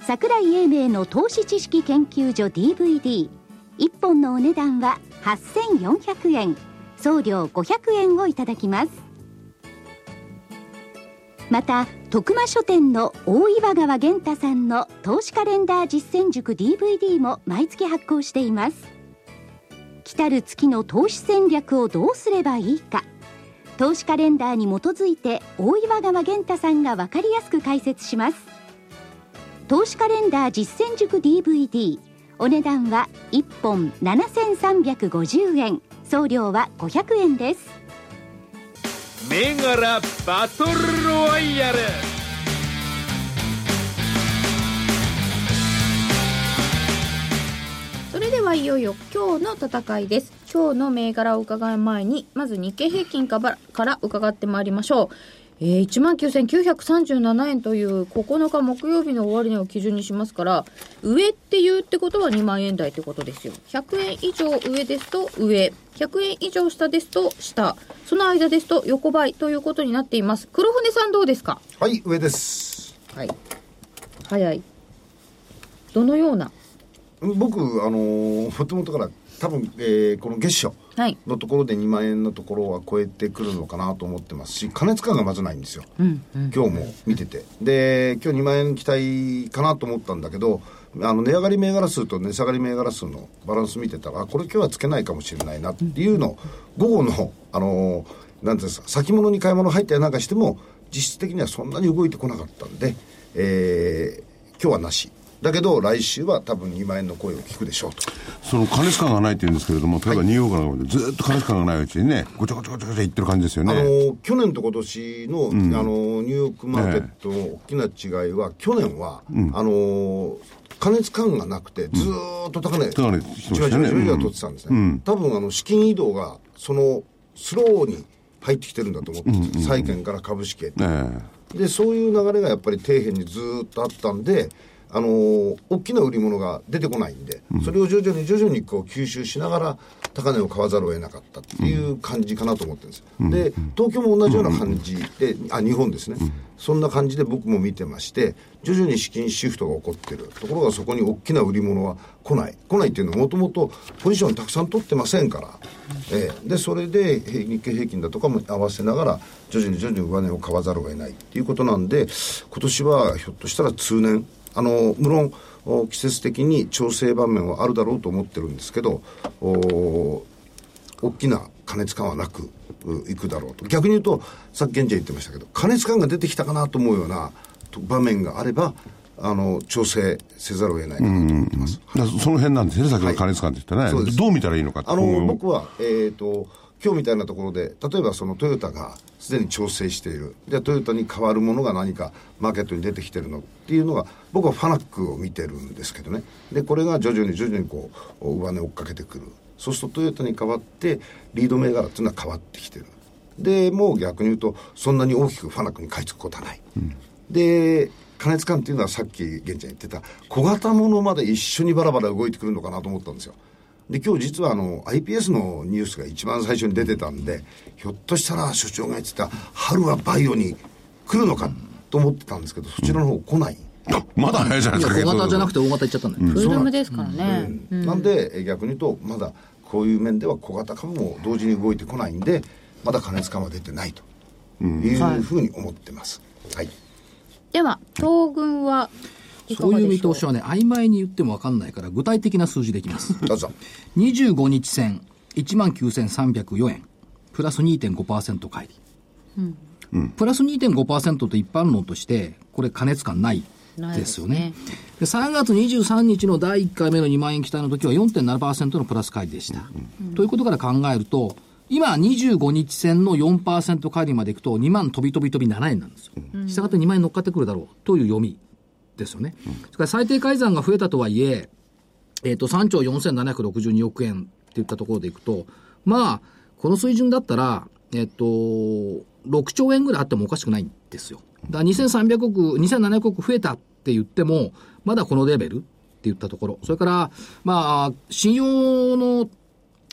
S6: 桜井英明の投資知識研究所 DVD1 本のお値段は8400円送料500円をいただきますまた徳間書店の大岩川源太さんの投資カレンダー実践塾 DVD も毎月発行しています来たる月の投資戦略をどうすればいいか投資カレンダーに基づいて大岩川源太さんが分かりやすく解説します投資カレンダー実践塾 DVD お値段は1本7350円送料は500円です
S7: 銘柄バトルロワイヤル
S1: それではいよいよ今日の戦いです。今日の銘柄を伺う前に、まず日経平均かばから伺ってまいりましょう。えー、19,937円という9日木曜日の終値を基準にしますから、上っていうってことは2万円台ってことですよ。100円以上上ですと上、100円以上下ですと下、その間ですと横ばいということになっています。黒船さんどうですか
S4: はい上です
S1: はい。早い。どのような
S4: 僕あのもともとから多分、えーこの月初
S1: はい。
S4: のところで2万円のところは超えてくるのかなと思ってますし加熱感がまずないんですよ、今日も見ててで今日2万円期待かなと思ったんだけどあの値上がり銘柄数と値下がり銘柄数のバランス見てたらあこれ今日はつけないかもしれないなっていうのを午後のあのなんていうんですか先物に買い物入ったりなんかしても実質的にはそんなに動いてこなかったんで、えー今日はなしだけど来週は多分2万円の声を聞くでしょうと
S3: その加熱感がないって言うんですけれども、例えばニューヨークなんかでずっと加熱感がないうちにね、ごちゃごちゃごちゃごちゃ言ってる感じですよね。
S4: あの去年と今年の,、あのニューヨークマーケットの大きな違いは、去年は、あの加熱感がなくて、ずーっと高値、
S3: 高値してま
S4: じ
S3: したね
S4: わじわじわじわ取ってたんですね、多分あの資金移動がそのスローに入ってきてるんだと思ってます、債券から株式へ、
S3: え
S4: でそういう流れがやっぱり底辺にずーっとあったんで、あのー大きな売り物が出てこないんで、それを徐々に徐々にこう吸収しながら、高値を買わざるを得なかったっていう感じかなと思ってるんですよ、で東京も同じような感じで、あ日本ですね、そんな感じで僕も見てまして、徐々に資金シフトが起こってる、ところがそこに大きな売り物は来ない、来ないっていうのは、もともとポジションたくさん取ってませんから、ええでそれでへ日経平均だとかも合わせながら、徐々に徐々に上値を買わざるを得ないっていうことなんで、今年はひょっとしたら通年、あの無論お季節的に調整場面はあるだろうと思ってるんですけどお大きな加熱感はなくういくだろうと逆に言うとさっき現地言ってましたけど加熱感が出てきたかなと思うようなと場面があればあの調整せざるを得ないかなと思ってます。
S3: だからその辺なんですね、先ほど加熱感って言ってね、
S4: そうです
S3: どう見たらいいのかって
S4: あの
S3: 今後
S4: 僕は、えー、と今日みたいなところで例えばそのトヨタがすでに調整しているじゃあトヨタに代わるものが何かマーケットに出てきてるのっていうのが僕はファナックを見てるんですけどねでこれが徐々に徐々にこう上値を追っかけてくるそうするとトヨタに代わってリード銘柄っていうのは変わってきてるでもう逆に言うとそんなに大きくファナックに買い付くことはない、で加熱感っていうのはさっき源ちゃん言ってた小型ものまで一緒にバラバラ動いてくるのかなと思ったんですよで今日実はあの iPS のニュースが一番最初に出てたんでひょっとしたら所長が言ってた春はバイオに来るのかと思ってたんですけどそちらの方来ない、
S3: あ まだ早いじゃない
S2: い
S3: で
S2: や
S3: すか、
S2: 小型じゃな
S3: く
S2: くて大型いっちゃったんだよ、
S1: フードムですからね。
S4: なんでえ逆に言うとまだこういう面では小型株も同時に動いてこないんでまだ加熱感は出てないというふうに思ってます、はい
S1: では、東軍はいか
S2: そう
S1: が
S2: いう
S1: で
S2: 見
S1: しょう
S2: 通しはね曖昧に言っても分かんないから具体的な数字でいきます
S4: どうぞ
S2: 25日線19,304円プラス2.5%乖離、プラス2.5%と一般論としてこれ加熱感ないですよねで3月23日の第1回目の2万円期待の時は4.7%のプラス乖離でした、ということから考えると今、25日線の4%帰りまでいくと、2万飛び飛び飛び7円なんですよ。したがって2万円乗っかってくるだろうという読みですよね。それから最低改ざんが増えたとはいえ、えっ、と、3兆4762億円って言ったところでいくと、まあ、この水準だったら、えっ、と、6兆円ぐらいあってもおかしくないんですよ。だから2300億、2700億増えたって言っても、まだこのレベルって言ったところ。それから、まあ、信用の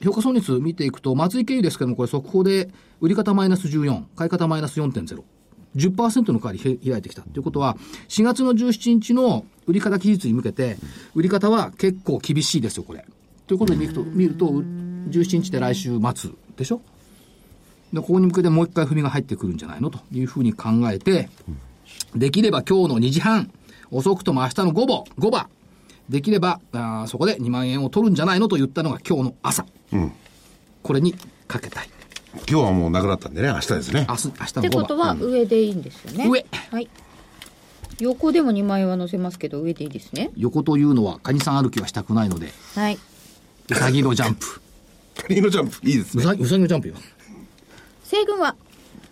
S2: 評価損率見ていくと、松井経由ですけども、これ速報で、売り方マイナス14、買い方マイナス4.0。10%の代わりへ開いてきたということは、4月の17日の売り方期日に向けて、売り方は結構厳しいですよ、これ。ということで見ると、見ると17日で来週末でしょで、ここに向けてもう一回踏みが入ってくるんじゃないのというふうに考えて、できれば今日の2時半、遅くとも明日の午後、5番、できればあーそこで2万円を取るんじゃないのと言ったのが今日の朝。これにかけたい。
S3: 今日はもうなくなったんでね、明日ですね。
S2: 明日、明日
S1: って
S2: の
S1: こ
S2: 午
S1: と
S2: 後。
S1: は上でいいんですよね。
S2: 上
S1: はい。横でも2万円は乗せますけど、上でいいですね。
S2: 横というのは、カニさん歩きはしたくないので、
S1: はい。
S2: うさぎのジャンプ。
S3: カニのジャンプ、いいです
S2: う
S3: ね。
S2: さぎ、うさぎのジャンプよ。
S1: 西軍は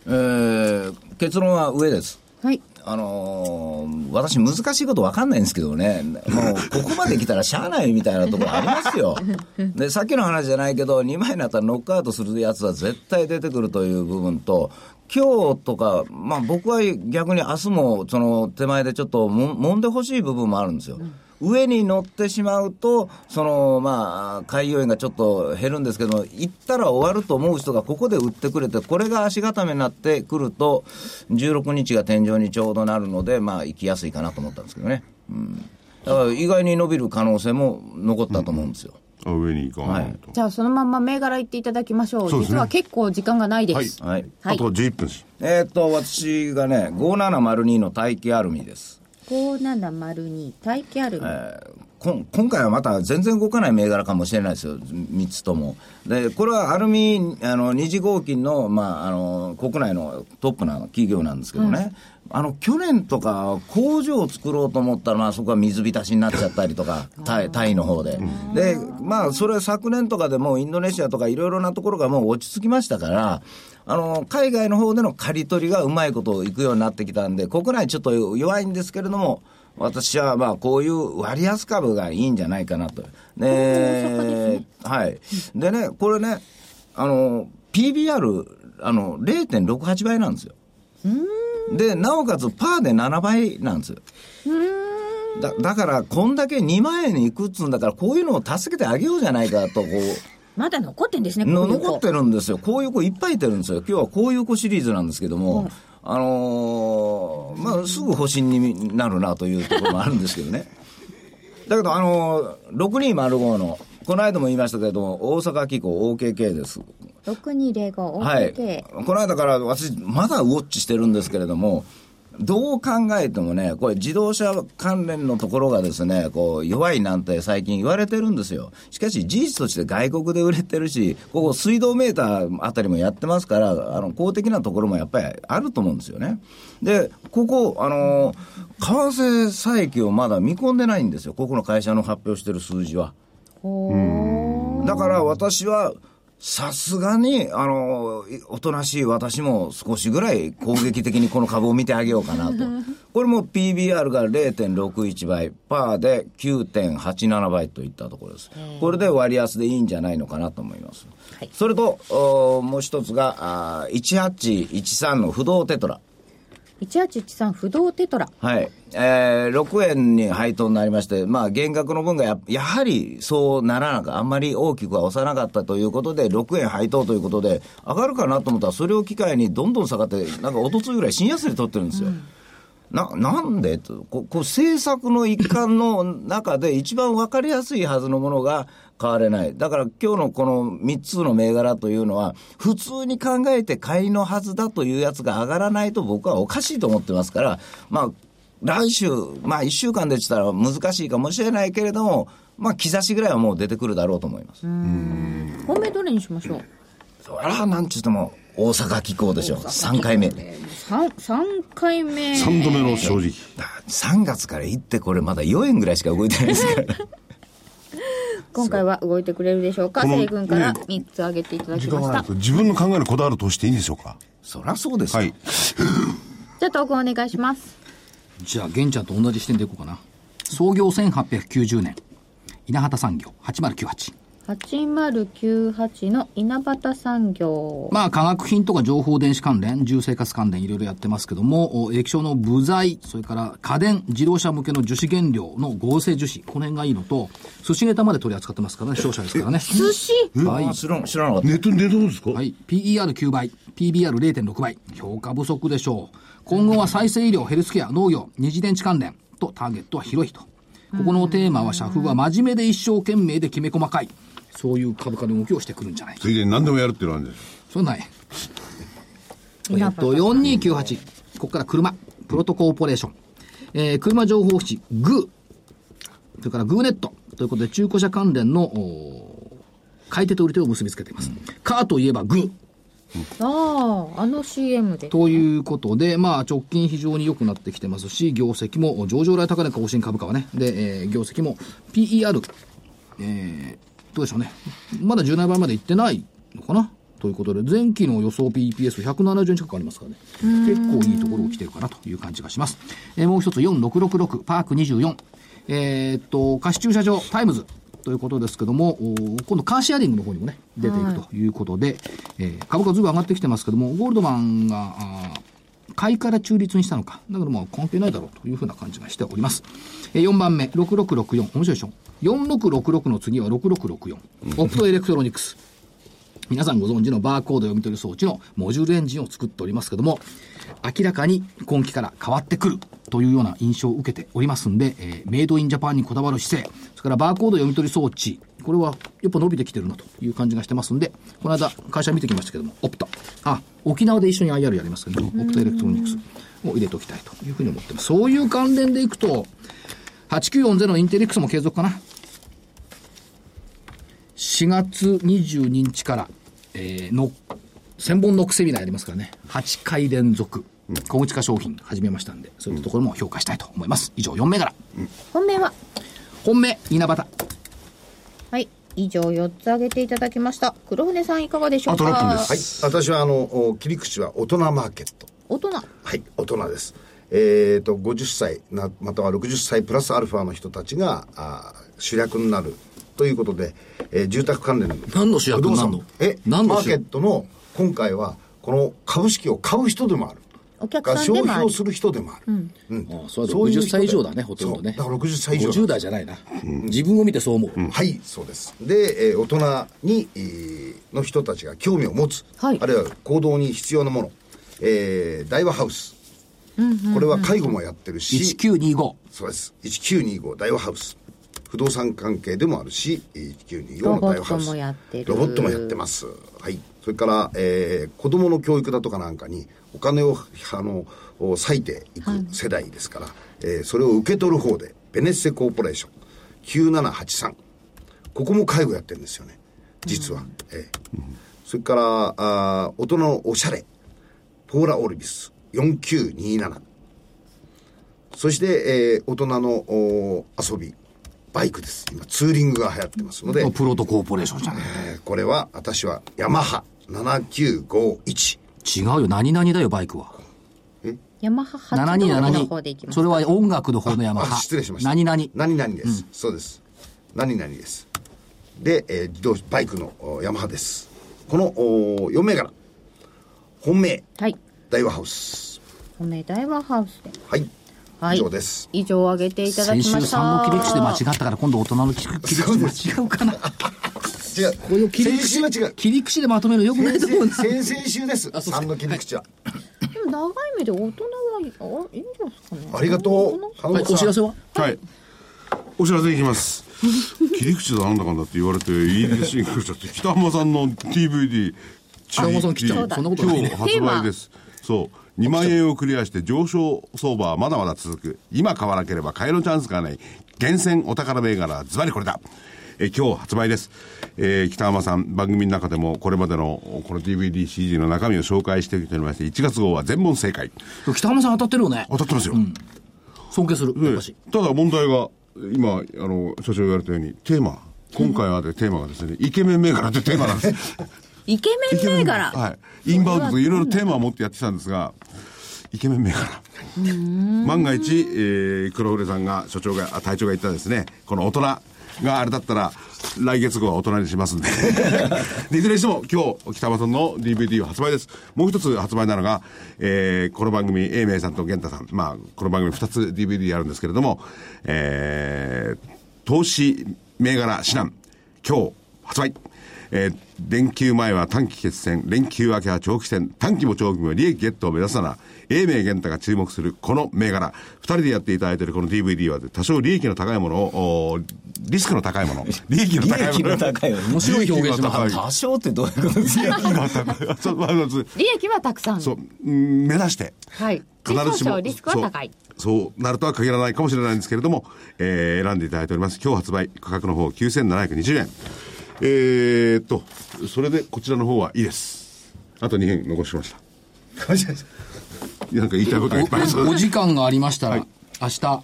S5: えー結論は上です。
S1: はい。
S5: あのー私難しいこと分かんないんですけどね、もうここまで来たらしゃあないみたいなところありますよ。で、さっきの話じゃないけど、2枚になったらノックアウトするやつは絶対出てくるという部分と、今日とか、まあ僕は逆に明日もその手前でちょっとも揉んでほしい部分もあるんですよ。上に乗ってしまうと、そのまあ、海洋円がちょっと減るんですけど、行ったら終わると思う人がここで売ってくれて、これが足固めになってくると、16日が天井にちょうどなるので、まあ、行きやすいかなと思ったんですけどね。うんだから意外に伸びる可能性も残ったと思うんですよ。
S3: あ上に行かないと。
S1: じゃあそのまんま銘柄言っていただきましょう。
S3: そうですね
S1: 実は結構時間がないです。
S3: はい
S5: は
S3: あ
S5: い。
S3: と11分です。
S5: えーっと、私がね、5702の大気アルミです。
S1: 5702待機ある、
S5: こん今回はまた全然動かない銘柄かもしれないですよ、3つとも。で、これはアルミ、あの、二次合金の、まあ、あの、国内のトップな企業なんですけどね。あの、去年とか、工場を作ろうと思ったら、まあ、そこは水浸しになっちゃったりとか、タイ、タイの方で。で、まあ、それは昨年とかでも、インドネシアとかいろいろなところがもう落ち着きましたから、あの、海外の方での刈り取りがうまいこといくようになってきたんで、国内ちょっと弱いんですけれども、私はまあこういう割安株がいいんじゃないかなと。で、はい。でね、これね、あの、PBR、あの、0.68倍なんですよ。で、なおかつパーで7倍なんですよ。だだから、こんだけ2万円にいくっつうんだから、こういうのを助けてあげようじゃないかと、こう、
S1: まだ残ってんですね、
S5: の
S1: こういう子
S5: 残ってるんですよ。こういう子いっぱいいてるんですよ。今日はこういう子シリーズなんですけども、あのーまあ、すぐ保身になるなというところもあるんですけどね。 だけど、あのー、6205の、この間も言いましたけれども、大阪機構 OKK です。
S1: 6205
S5: はい、
S1: OKK、
S5: この間から私、まだウォッチしてるんですけれども、どう考えてもね、これ、自動車関連のところがですね、こう弱いなんて最近言われてるんですよ、しかし事実として外国で売れてるし、ここ、水道メーターあたりもやってますから、あの公的なところもやっぱりあると思うんですよね。で、ここ、あの為替差益をまだ見込んでないんですよ、ここの会社の発表してる数字は。だから私は、さすがに、あの、いおとなしい私も少しぐらい攻撃的にこの株を見てあげようかなと。これも PBR が0.61倍、パーで9.87倍といったところです。これで割安でいいんじゃないのかなと思います。それと、おもう一つが、あー1813の不動テトラ。
S1: 1813不動テトラ
S5: はい、えー、6円に配当になりまして、まあ、減額の分がややはりそうならなかった、あんまり大きくは押さなかったということで、6円配当ということで、上がるかなと思ったら、それを機会にどんどん下がって、なんか一昨日ぐらい、新安値取ってるんですよ。ななんでとここう政策の一環の中で一番分かりやすいはずのものが買われない。だから今日のこの3つの銘柄というのは、普通に考えて買いのはずだというやつが上がらないと僕はおかしいと思ってますから、まあ、来週、まあ1週間でしたら難しいかもしれないけれども、まあ兆しぐらいはもう出てくるだろうと思います。
S1: 本命どれにしましょう
S5: そりゃなんちゅっても大阪機構でしょ。3回目。
S1: 3, 3回目
S3: 3度目の正直。
S5: 3月から行ってこれまだ4円ぐらいしか動いてないですから。
S1: 今回は動いてくれるでしょうか
S3: この
S1: 西軍から
S3: ね
S1: 3つ挙げていただき
S3: 時
S1: ま
S3: 間が
S1: し
S3: な
S1: た
S3: いと自分の考えにこだわる投資っていいんでしょうか
S5: そりゃそうですよ、
S3: はい
S1: じゃあ投稿お願いします
S2: じゃあ、玄ちゃんと同じ視点でいこうかな。創業1890年、稲畑産業8098。
S1: 8098の稲畑産業
S2: まあ、化学品とか情報電子関連、住生活関連いろいろやってますけども、お液晶の部材、それから家電、自動車向けの樹脂原料の合成樹脂、この辺がいいのと、寿司ネタまで取り扱ってますからね、商社ですからね。
S1: 寿司
S2: はい
S5: ああ知らん知らなかった、
S3: ネットに出るんですか、
S2: はい、PER9 倍、PBR0.6 倍、評価不足でしょう。今後は再生医療、ヘルスケア、農業、二次電池関連とターゲットは広いと。ここのテーマは社風は真面目で一生懸命できめ細かい。そういう株価の動きをしてくるんじゃないか。
S3: ついでに何でもやるっていうのはあるんです
S2: そんない。えっと、4298。ここから車。プロトコーポレーション。えー車情報誌、グー。それからグーネット。ということで、中古車関連の、おー買い手と売り手を結びつけています。カーといえばグー。
S1: あああの CM で
S2: ということで、まあ、直近非常に良くなってきてますし、業績も上場来高値更新株価はね、で、えー業績も PER、えーどうでしょうね。まだ17倍まで行ってないのかなということで、前期の予想 PEPS170 円近くありますからね。結構いいところを来てるかなという感じがします。えーもう一つ4666、パーク24。えーっと、貸し駐車場、タイムズ。ということですけども、おー今度カーシェアリングの方にもね、出ていくということで、えー株価ずいぶん上がってきてますけども、ゴールドマンが、あー買いから中立にしたのか。だからまあ関係ないだろうというふうな感じがしております。えー4番目、6664、面白いでしょ ?4666 の次は6664。オプトエレクトロニクス。皆さんご存知のバーコード読み取り装置のモジュールエンジンを作っておりますけども、明らかに今期から変わってくるというような印象を受けておりますんで、えーメイドインジャパンにこだわる姿勢、それからバーコード読み取り装置、これはやっぱ伸びてきてるなという感じがしてますんで、この間会社見てきましたけども、オプト。あ、沖縄で一緒に IR やりますけどね、オプトエレクトロニクスを入れておきたいというふうに思ってます。そういう関連でいくと、8940のインテリックスも継続かな。4月22日から、えーの、千本ノックセミナーやりますからね、8回連続、小口化商品始めましたんで、そういったところも評価したいと思います。以上、4銘柄。
S1: 本命は
S2: 本命、稲畑。
S1: はい以上4つ挙げていただきました黒船さんいかがでしょうか
S3: あと六分です
S4: はい、私はあのお切り口は大人マーケット
S1: 大人
S4: はい、大人です。えー、と50歳なまたは60歳プラスアルファの人たちがあー主役になるということで、えー住宅関連の
S2: 何の主役
S4: 不動産
S2: 何の
S4: え
S2: 何の
S4: マ
S2: 主
S4: ーケットの今回はこの株式を買う人でもある
S1: お客さんで
S4: 消
S1: もあ
S4: 費
S1: る
S4: をする人でもある、うん
S2: ああそうだ
S4: そういう
S2: 60
S4: 人
S2: 歳以上だね、ほとんどね。
S4: そうだから60歳以上
S2: 50代じゃないな。自分を見てそう思う。
S4: はいそうですで、えー大人に、えーの人たちが興味を持つ、
S1: はい
S4: あるいは行動に必要なもの、えー、大和ハウス、これは介護もやってるし
S2: 1925。
S4: そうです1925大和ハウス不動産関係でもあるし1925の大和ハウ
S1: ロボットも
S4: ス
S1: やってる
S4: ロボットもやってますはいそれから、えー子供の教育だとかなんかにお金をあの割いていく世代ですから、えーそれを受け取る方でベネッセコーポレーション9783ここも介護やってるんですよね実は、ええそれからあー大人のおしゃれポーラ・オルビス4927そして、えー大人のおー遊び、バイクです。今、ツーリングが流行ってますので、
S2: プロトコーポレーションじゃない。
S4: えーこれは、私は、ヤマハ7951。
S2: 違うよ、何々だよ、バイクは。
S1: ヤマハ8の方でいき
S2: 7272。
S1: ます
S2: それは音楽の方の山。
S4: あ失礼しました。
S2: 何々。
S4: 何々です。そうです。何々です。で、えー自動車、バイクのおヤマハです。この、お4銘柄。本命、
S1: はい
S4: 大和ハウス。
S1: 本命大和ハウスで
S4: はい。
S1: はい
S4: 以上です。
S1: 以上挙げていただ
S2: 先
S1: きま
S2: 週
S1: した
S2: 3の切り口で間違ったから今度大人の切り口で間違うかな。
S4: 違う。
S2: こういう切り
S4: 先
S2: 口
S4: 週は違う。
S2: 切り口でまとめるのよくないと思うんです
S4: 先々週です。3の切り口は。
S1: でも長い目で大人はいいんじゃないですかね
S4: ありがとう。
S2: はい、お知らせは
S3: はい。お知らせいき ます。切り口だなんだかんだって言われて、EDC に来ちゃって、北浜さんの DVD、
S2: 北浜さん来ちゃうそんなことないね
S3: 今日発売です。そう。2万円をクリアして上昇相場はまだまだ続く。今買わなければ買いのチャンスがない。厳選お宝銘柄、ズバリこれだ。えー今日発売です。えー北浜さん、番組の中でもこれまでのこの DVD、CG の中身を紹介してきておりまして、1月号は全問正解。
S2: 北浜さん当たってるよね。
S3: 当たってますよ。
S2: 尊敬する。やっぱし。
S3: ただ問題が今あの所長言われたようにテーマ今回はでテーマがですね、イケメン銘柄というテーマなんです。
S1: イケメン銘柄。
S3: はい。インバウンドといろいろテーマを持ってやってきたんですが、イケメン銘柄。万が一、えー黒船さんが、所長が、あ隊長が言ったですね、この大人があれだったら、来月号は大人にしますんで。 でいずれにしても、今日、北山さんの DVD は発売です。もう一つ発売なのが、えーこの番組、英明さんと玄太さん、まあ、この番組二つ DVD あるんですけれども、えー投資銘柄指南、今日、発売。えー連休前は短期決戦、連休明けは長期戦、短期も長期も利益ゲットを目指さな、英明玄太が注目するこの銘柄、二人でやっていただいているこの DVD は、多少利益の高いものを、おーリスクの高いもの、 利益の
S5: 利
S3: 高いもの。
S5: 益の高い。
S2: 面白い表現します
S3: 利益の高い
S5: 多少ってどういうことですか
S3: そうまあまず
S1: 利益はたくさん。
S3: そう、うん目指して。
S1: はい。少々リスクは高い。
S3: そうそうなるとは限らないかもしれないんですけれども、えー選んでいただいております今日発売価格の方9720円えー、っとそれでこちらの方はいいですあと2編残しましたなんか言いたいことがいっぱいありそう
S2: お
S3: だ
S2: お時間がありましたら、明日東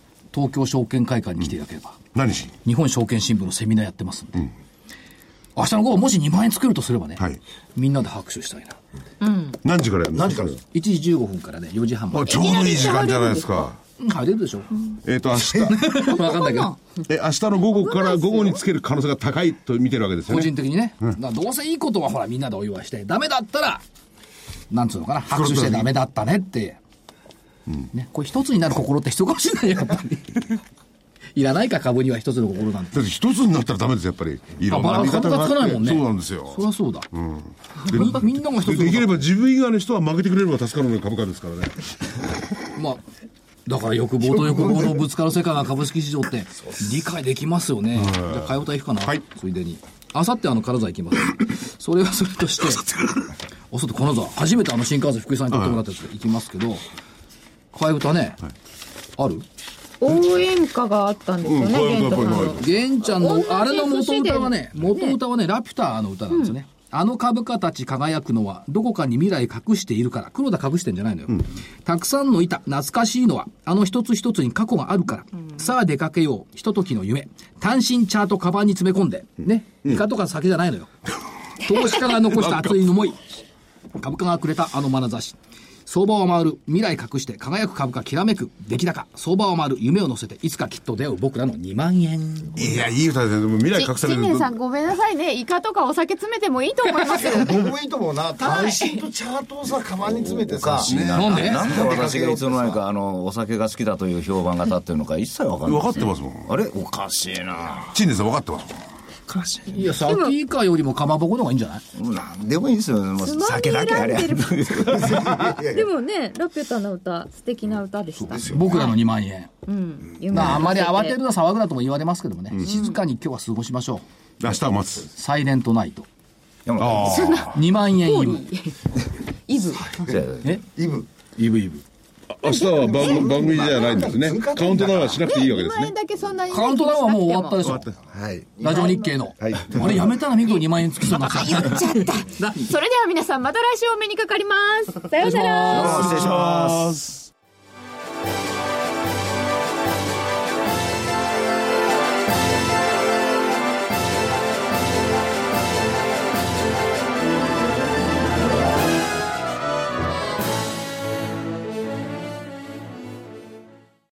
S2: 京証券会館に来ていただければ、
S3: 何し
S2: 日本証券新聞のセミナーやってますんで、明日の午後もし2万円作るとすればね、
S3: はい
S2: みんなで拍手したいな
S3: 何時からやる
S4: 何時から
S2: 1時15分からね4時半ま
S3: あ
S2: で
S3: ちょうどいい時間じゃないですか
S2: うん入れるでしょ
S3: えーっと明日
S2: 分かんないけど
S3: え明日の午後から午後につける可能性が高いと見てるわけですよ
S2: 個
S3: ね
S2: 人的にね、だからどうせいいことはほらみんなでお祝いしてダメだったらなんつうのかな拍手してダメだったねって、ね、これ一つになる心って必要かもしれないよやっぱり いらないか株には一つの心なんて
S3: だって一つになったらダメですよやっぱりいろん
S2: ま
S3: な
S2: あ
S3: 見方があって
S2: つかないもんね
S3: そうなんですよ
S2: そりゃそうだ、
S3: で
S2: みみんなが一つ
S3: で
S2: の
S3: できれば自分以外の人は負けてくれれば助かるのが株価ですからね
S2: まあだから欲望と欲望のぶつかる世界が株式市場って理解できますよね。じゃあ、替え歌行くかな、
S3: はい
S2: ついでに。あさってあの金沢行きます。それはそれとして、あさって金沢、初めてあの新幹線福井さんに取ってもらったやつで行きますけど、替え歌ね、ある
S1: 応援歌があったんですよね、
S3: うん
S1: 玄太さん
S3: 応援
S1: の
S3: 歌。
S2: 玄ちゃん
S1: 同
S2: の
S1: じ、
S2: あれの元
S1: 節で
S2: 歌はね、元歌はね、ラピュタの歌なんですよね。あの株価たち輝くのは、どこかに未来隠しているから、黒田隠してんじゃないのよ。たくさんの板、懐かしいのは、あの一つ一つに過去があるから、さあ出かけよう、ひとときの夢。単身チャートカバンに詰め込んで、ね、イカとか酒じゃないのよ。投資家が残した熱い思い。株価がくれたあの眼差し。相場を回る、未来隠して、輝く株価きらめく、出来高、相場を回る、夢を乗せて、いつかきっと出会う僕らの2万円。
S3: いやいい歌ですねでも未来隠され
S9: 新
S3: る
S9: 年さんごめんなさいねイカとかお酒詰めてもいいと思い ますよ
S4: 僕もいいと思うな単身とチャートをさカバンに詰めてさ
S2: なんで
S5: なんで私がいつの間にかあのお酒が好きだという評判が立ってるのか一切わかんな
S3: 分
S5: い
S3: かってますもん
S5: あれおかしいな
S3: 陳年さん分かってます
S2: いや、さっき以下よりもかまぼこの方がいいんじゃない
S5: なんでもいいですよもう酒だけあれ
S1: つまみ選んででもね、ラピュタの歌、素敵な歌でした。
S2: 僕らの2万円。
S1: うん。夢
S2: まあ、あん
S1: に
S2: ま
S1: 向
S2: り
S1: け
S2: 慌てるな騒ぐなとも言われますけどもね、静かに今日は過ごしましょう。
S3: 明日は待つ
S2: サイレントナイト。
S5: あ
S3: ああ
S2: 2万円イブ。
S1: イブ。
S2: え
S4: イブ
S2: イブイブ。
S3: 明日は番番組じゃないんですねカウントダウンはしなくていいわけです
S9: 2万
S3: ね
S9: 円だけそんなにね
S2: カウントダウンはもう終わったでし
S3: 終わ
S2: ょ
S3: っ。た
S4: はい
S2: ラジオ日経の。あれやめたらミクロ2万円つきそうになっちゃった。言っちゃ
S9: そ
S2: った。
S9: れでは皆さんまた来週お目にかかりますさようなら
S2: 失礼します。
S5: 失礼します